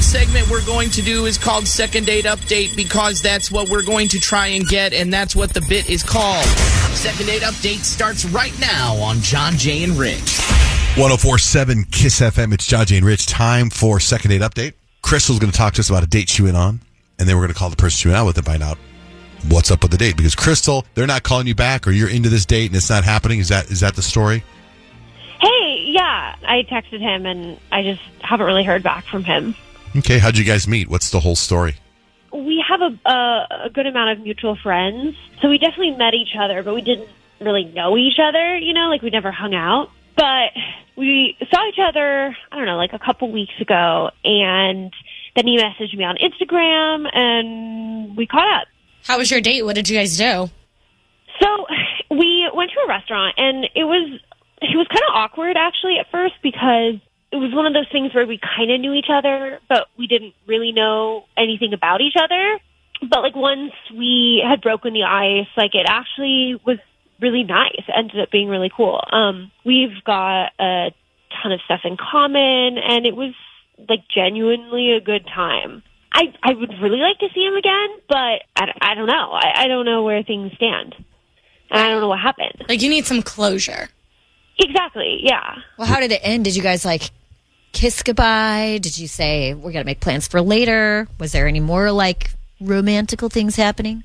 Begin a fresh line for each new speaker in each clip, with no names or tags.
segment we're going to do is called Second Date Update because that's what we're going to try and get, and that's what the bit is called. Second Date Update starts right now on John, Jay, and Rich.
1047 Kiss FM. It's John Jay and Rich. Time for second date update. Crystal's going to talk to us about a date she went on, and then we're going to call the person she went out with and find out what's up with the date. Because Crystal, they're not calling you back, or you're into this date and it's not happening. Is that is that the story?
Hey, yeah, I texted him and I just haven't really heard back from him.
Okay, how'd you guys meet? What's the whole story?
We have a, a, a good amount of mutual friends, so we definitely met each other, but we didn't really know each other, you know, like we never hung out. But we saw each other, I don't know, like a couple weeks ago, and then he messaged me on Instagram and we caught up.
How was your date? What did you guys do?
So we went to a restaurant, and it was it was kind of awkward actually at first because it was one of those things where we kind of knew each other, but we didn't really know anything about each other. But like once we had broken the ice, like it actually was really nice. It ended up being really cool. Um, we've got a ton of stuff in common, and it was like genuinely a good time. I I would really like to see him again, but I, don't- I don't know. I, I don't know where things stand, and I don't know what happened.
Like, you need some closure.
Exactly. Yeah.
Well, how did it end? Did you guys like kiss goodbye? Did you say we're gonna make plans for later? Was there any more like romantical things happening?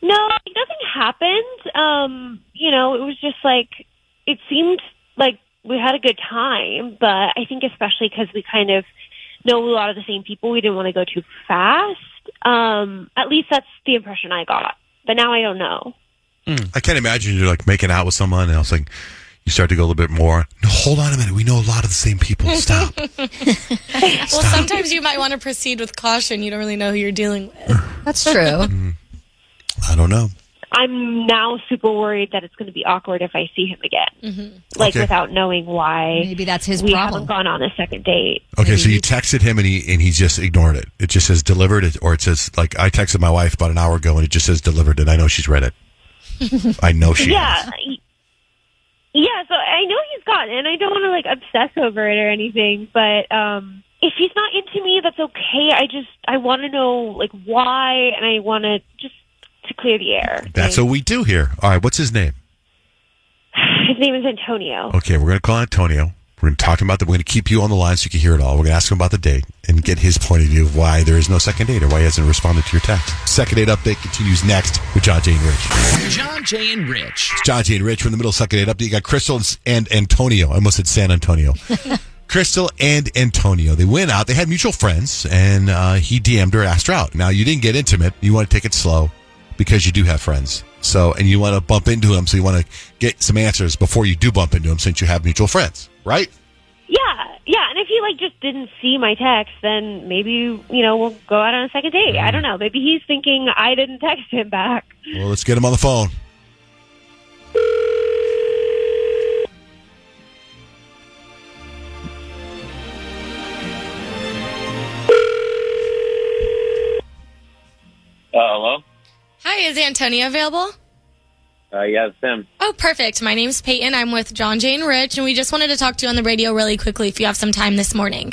No, like, nothing happened. Um, you know, it was just like it seemed like we had a good time, but I think especially because we kind of know a lot of the same people, we didn't want to go too fast. Um, at least that's the impression I got. But now I don't know.
I can't imagine you're like making out with someone and I was like, you start to go a little bit more. No, hold on a minute. We know a lot of the same people. Stop.
Well, sometimes you might want to proceed with caution. You don't really know who you're dealing with.
That's true.
I don't know.
I'm now super worried that it's going to be awkward if I see him again, like
Okay.
without knowing why.
Mm-hmm. Maybe that's his
we
problem.
haven't gone on a second date.
Okay, so
Maybe
you texted him and he and he just ignored it. It just says delivered, it, or it says like I texted my wife about an hour ago and it just says delivered, and I know she's read it. I know she. has.
Yeah. Yeah, so I know he's gotten it, and I don't want to like obsess over it or anything, but um if he's not into me, that's okay. I just I want to know like why and I want to just to clear the air.
That's what we do here. All right, what's his name?
His name is Antonio.
Okay, we're gonna call Antonio. We're gonna talk about that. We're gonna keep you on the line so you can hear it all. We're gonna ask him about the date and get his point of view of why there is no second date or why he hasn't responded to your text. Second date update continues next with John Jane Rich.
John, Jay, and Rich.
John T. and Rich from the middle second date update. You got Crystal and, and Antonio. I almost said San Antonio. Crystal and Antonio. They went out. They had mutual friends, and uh, he DM'd her, asked her out. Now you didn't get intimate. You want to take it slow because you do have friends. So, and you want to bump into him. So you want to get some answers before you do bump into him, since you have mutual friends, right?
Yeah, yeah, and if he like just didn't see my text, then maybe you know we'll go out on a second date. I don't know. Maybe he's thinking I didn't text him back.
Well, let's get him on the phone.
Uh, hello?
Hi, is Antonio available?
Uh, yeah, it's him.
Oh, perfect. My name's Peyton. I'm with John, Jane, Rich, and we just wanted to talk to you on the radio really quickly if you have some time this morning.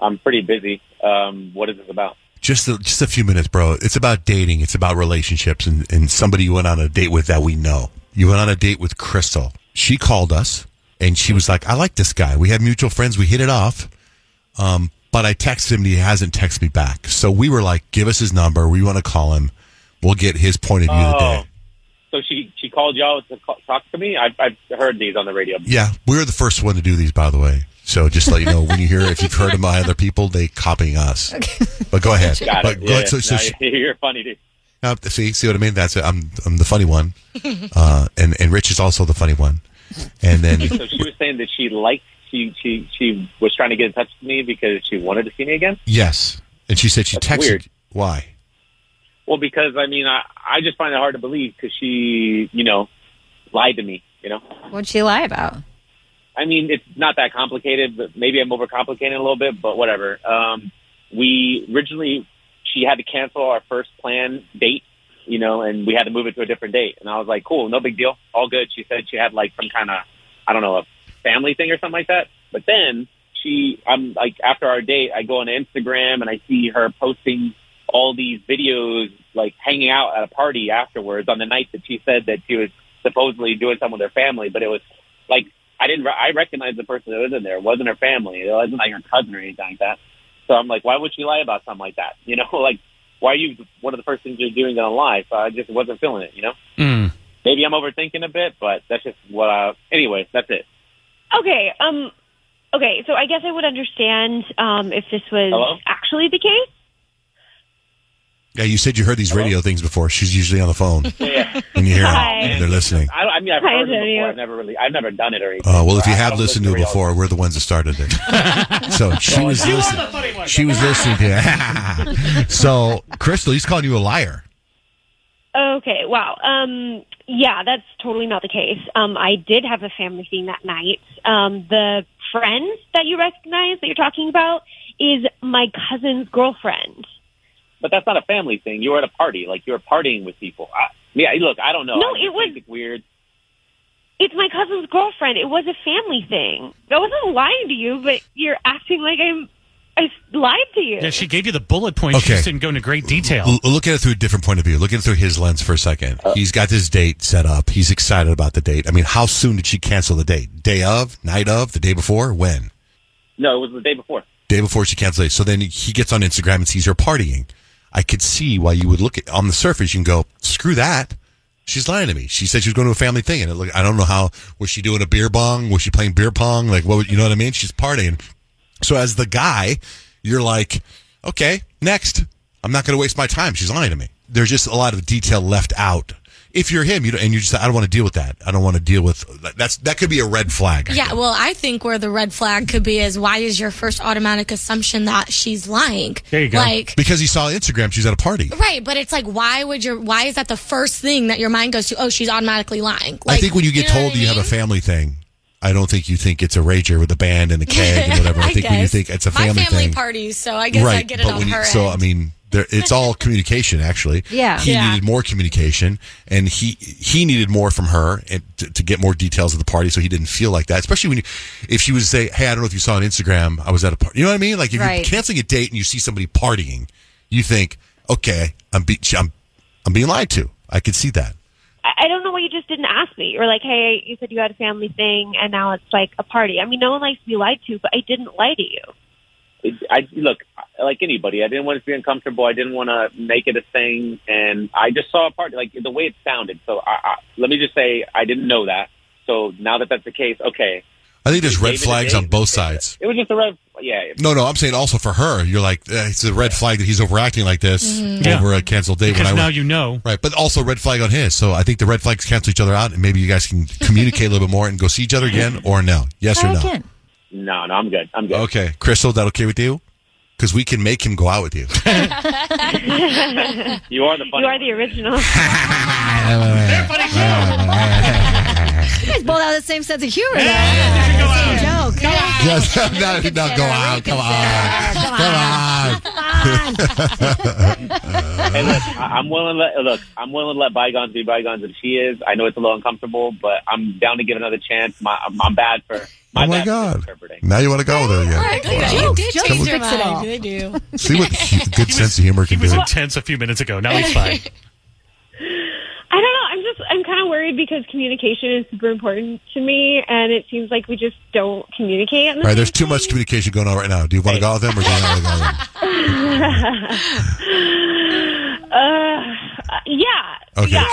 I'm pretty busy. Um, what is this about?
Just a, just a few minutes, bro. It's about dating. It's about relationships and, and somebody you went on a date with that we know. You went on a date with Crystal. She called us and she was like, I like this guy. We have mutual friends. We hit it off. Um, but I texted him and he hasn't texted me back. So we were like, give us his number. We want to call him. We'll get his point of view
Oh.
today.
So she she called y'all to ca- talk to me. I've, I've heard these on the radio.
Yeah. We were the first one to do these, by the way. So just let you know when you hear, if you've heard them by other people, they copying us. But go ahead.
Got
but
it.
go ahead. So, so
Now
she,
you're funny. Dude.
No, see, see what I mean? That's it. I'm I'm the funny one, uh, and and Rich is also the funny one. And then
So she was saying that she liked she she she was trying to get in touch with me because she wanted to see me again.
yes, and she said she
That's
texted.
weird.
Why?
Well, because I mean, I I just find it hard to believe because she you know lied to me. You know,
What'd she lie about?
I mean, it's not that complicated, but maybe I'm overcomplicating it a little bit, but whatever. Um, we originally, she had to cancel our first planned date, you know, and we had to move it to a different date. And I was like, cool, no big deal, all good. She said she had like some kind of, I don't know, a family thing or something like that. But then she, I'm like, after our date, I go on Instagram and I see her posting all these videos, like hanging out at a party afterwards on the night that she said that she was supposedly doing something with her family, but it was like, I didn't, re- I recognized the person that was in there. It wasn't her family. It wasn't like her cousin or anything like that. So I'm like, why would she lie about something like that? You know, like, why are you one of the first things you're doing on live? I just wasn't feeling it, you know?
Hmm.
Maybe I'm overthinking a bit, but that's just what I, anyway, that's it.
Okay. Um. Okay. So I guess I would understand um, if this was
Hello?
actually the case.
Yeah, you said you heard these radio things before. She's usually on the phone,
Yeah.
and you hear
Hi.
them. They're listening.
I, I mean, I've
Hi,
heard it
Antonio.
before. I've never really, I've never done it or anything.
Uh, well, if you
I- I
have
don't
listened
listen
to it
radio.
before, we're the ones that started it. So she was listening. She was listening to it. so, Crystal, he's calling you a liar.
Okay. Wow. Um. Yeah, that's totally not the case. Um. I did have a family thing that night. Um. The friend that you recognize that you're talking about is my cousin's girlfriend.
But that's not a family thing. You were at a party. Like, you were partying with people. I, yeah, look, I don't know.
No,
I just
it was-
think It's weird.
It's my cousin's girlfriend. It was a family thing. I wasn't lying to you, but you're acting like I'm. I lied to you.
Yeah, she gave you the bullet points. She
Okay.
just didn't go into great detail.
L- look at it through a different point of view. Look at it through his lens for a second. He's got this date set up. He's excited about the date. I mean, how soon did she cancel the date? Day of? Night of? The day before? When?
No, it was the day before.
Day before she canceled it. So then he gets on Instagram and sees her partying. I could see why you would look at on the surface. You can go, screw that. She's lying to me. She said she was going to a family thing, and it look, I don't know how was she doing a beer bong? Was she playing beer pong? Like what? would- You know what I mean? She's partying. So as the guy, you're like, okay, next. I'm not going to waste my time. She's lying to me. There's just a lot of detail left out. If you're him, you don't, and you just, I don't want to deal with that. I don't want to deal with that's that could be a red flag.
Yeah, well, I think where the red flag could be is why is your first automatic assumption that she's lying?
There you go.
Like,
because he saw Instagram. She's at a party.
right, but it's like, why would your, why is that the first thing that your mind goes to? Oh, she's automatically lying.
I think when you get told you have a family thing, I don't think you think it's a rager with a band and a keg and whatever. I, think when you think it's a family,
My family
thing,
parties, so I guess I get it
but
on
when you-
her
so I
end.
mean, there, it's all communication actually.
Yeah.
he
Yeah.
needed more communication, and he he needed more from her and to, to get more details of the party, so he didn't feel like that. Especially when you, if she would say, "Hey, I don't know if you saw on Instagram, I was at a party." You know what I mean? Like if
Right.
you're canceling a date and you see somebody partying, you think, "Okay, I'm be- I'm I'm being lied to." I could see that.
I I don't know why you just didn't ask me. Or like, hey, you said you had a family thing, and now it's like a party. I mean, no one likes to be lied to, but I didn't lie to you.
it, I look like anybody. I didn't want to be uncomfortable. I didn't want to make it a thing, and I just saw a party like the way it sounded. So I, I, let me just say, I didn't know that. So now that that's the case, okay,
I think there's red
David and
flags
Dave.
on both sides.
it was just a red. Yeah,
No, no, I'm saying also for her. You're like, eh, it's a red flag that he's overacting like this
Mm-hmm. Yeah.
over a canceled date.
Because
when I
now
went-
you know.
right, but also red flag on his. So I think the red flags cancel each other out, and maybe you guys can communicate a little bit more and go see each other again, or no, yes or
Try
no.
again.
no, no, I'm good. I'm good.
Okay, Crystal, that okay with you? Because we can make him go out with you.
You are the funny.
You are
one.
the original.
You guys both have the same sense of humor. though. Same joke.
yes, no, no, go out. Come on, come on. Oh
Hey, look, I, I'm willing. To let, look, I'm willing to let bygones be bygones. If she is, I know it's a little uncomfortable, but I'm down to give another chance. My, I'm, I'm bad for. My
Oh my
bad for
god!
misinterpreting.
Now you want to go with her again?
Look at that. You did
Jokes
change your
fix it all.
mind. They do.
See what hu- good sense of humor
He
can
was
do.
intense a few minutes ago. Now he's fine.
I don't know. I'm just I'm kind of worried because communication is super important to me, and it seems like we just don't communicate. in the
All right, there's
same
too much communication going on right now. Do you want to go out with him or do you not want to go out with him?
Uh, yeah.
Okay,
Okay,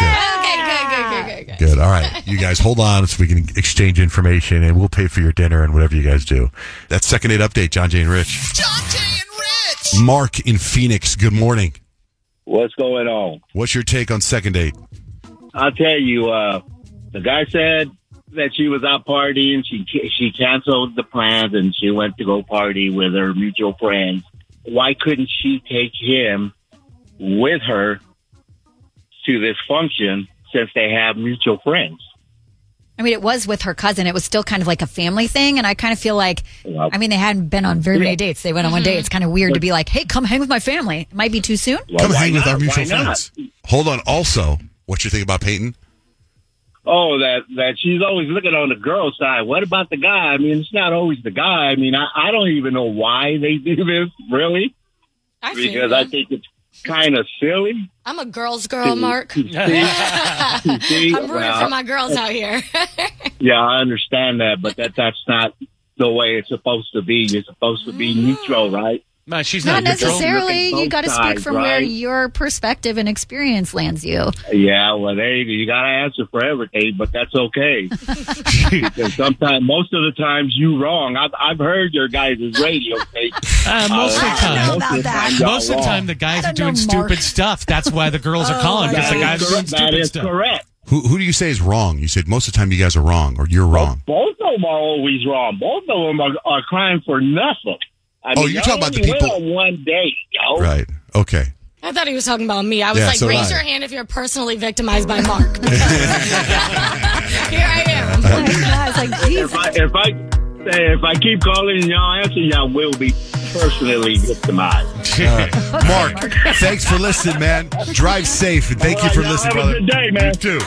good, good, good, good,
good. Good. All right. You guys hold on so we can exchange information and we'll pay for your dinner and whatever you guys do. That's second date update, John Jane Rich.
John Jay and Rich.
Mark in Phoenix, good morning.
What's going on?
What's your take on second date?
I'll tell you. Uh, the guy said that she was out partying. She ca- she canceled the plans and she went to go party with her mutual friends. Why couldn't she take him with her to this function since they have mutual friends?
I mean, it was with her cousin. It was still kind of like a family thing. And I kind of feel like, I mean, they hadn't been on very many dates. They went on one date. It's kind of weird to be like, hey, come hang with my family. It might be too soon.
Well,
Come
why
hang with
not?
our mutual
Why not?
friends. Hold on. Also, what you think about Peyton?
oh, that that she's always looking on the girl side. What about the guy? I mean, it's not always the guy. I mean, I, I don't even know why they do this, really,
I feel
because
you.
I think it's kind of silly.
I'm a girl's girl, Mark.
You see?
I'm rooting for
Well,
my girls out here.
yeah, I understand that, but that that's not the way it's supposed to be. You're supposed to
Mm.
be neutral, right?
Man, she's
Not
not, a good girl.
necessarily.
both
You got to speak
sides,
from where
right?
your perspective and experience lands you.
Yeah, well, there you go. You got to answer for everything, but that's okay. because sometimes, most of the times, you wrong. I've, I've heard your guys' radio tape.
Uh, most of the
I don't
time.
know about that.
y'all
Most of the
wrong.
time, the guys are
don't know,
doing
Mark. Oh,
stupid stuff. That's why the girls are calling
That
because the
is
guys are doing
correct. That
stupid
is
stuff.
correct.
Who who do you say is wrong? You said most of the time you guys are wrong or you're wrong.
Both of them are always wrong. Both of them are, are crying for nothing. I
Oh,
mean,
you're
y'all
talking about the
only went
people-
on one day, yo.
Right. Okay.
I thought he was talking about me. I was
Yeah,
like,
so did
raise
I.
your hand if you're personally victimized by Mark. Here I am.
Oh my God, it's like,
If
Jesus.
I if I say if I keep calling and y'all answer, y'all will be personally victimized.
Mark, thanks for listening, man. Drive safe and thank you
All
for
right, y'all
listening,
have a
brother.
good day, man.
You too.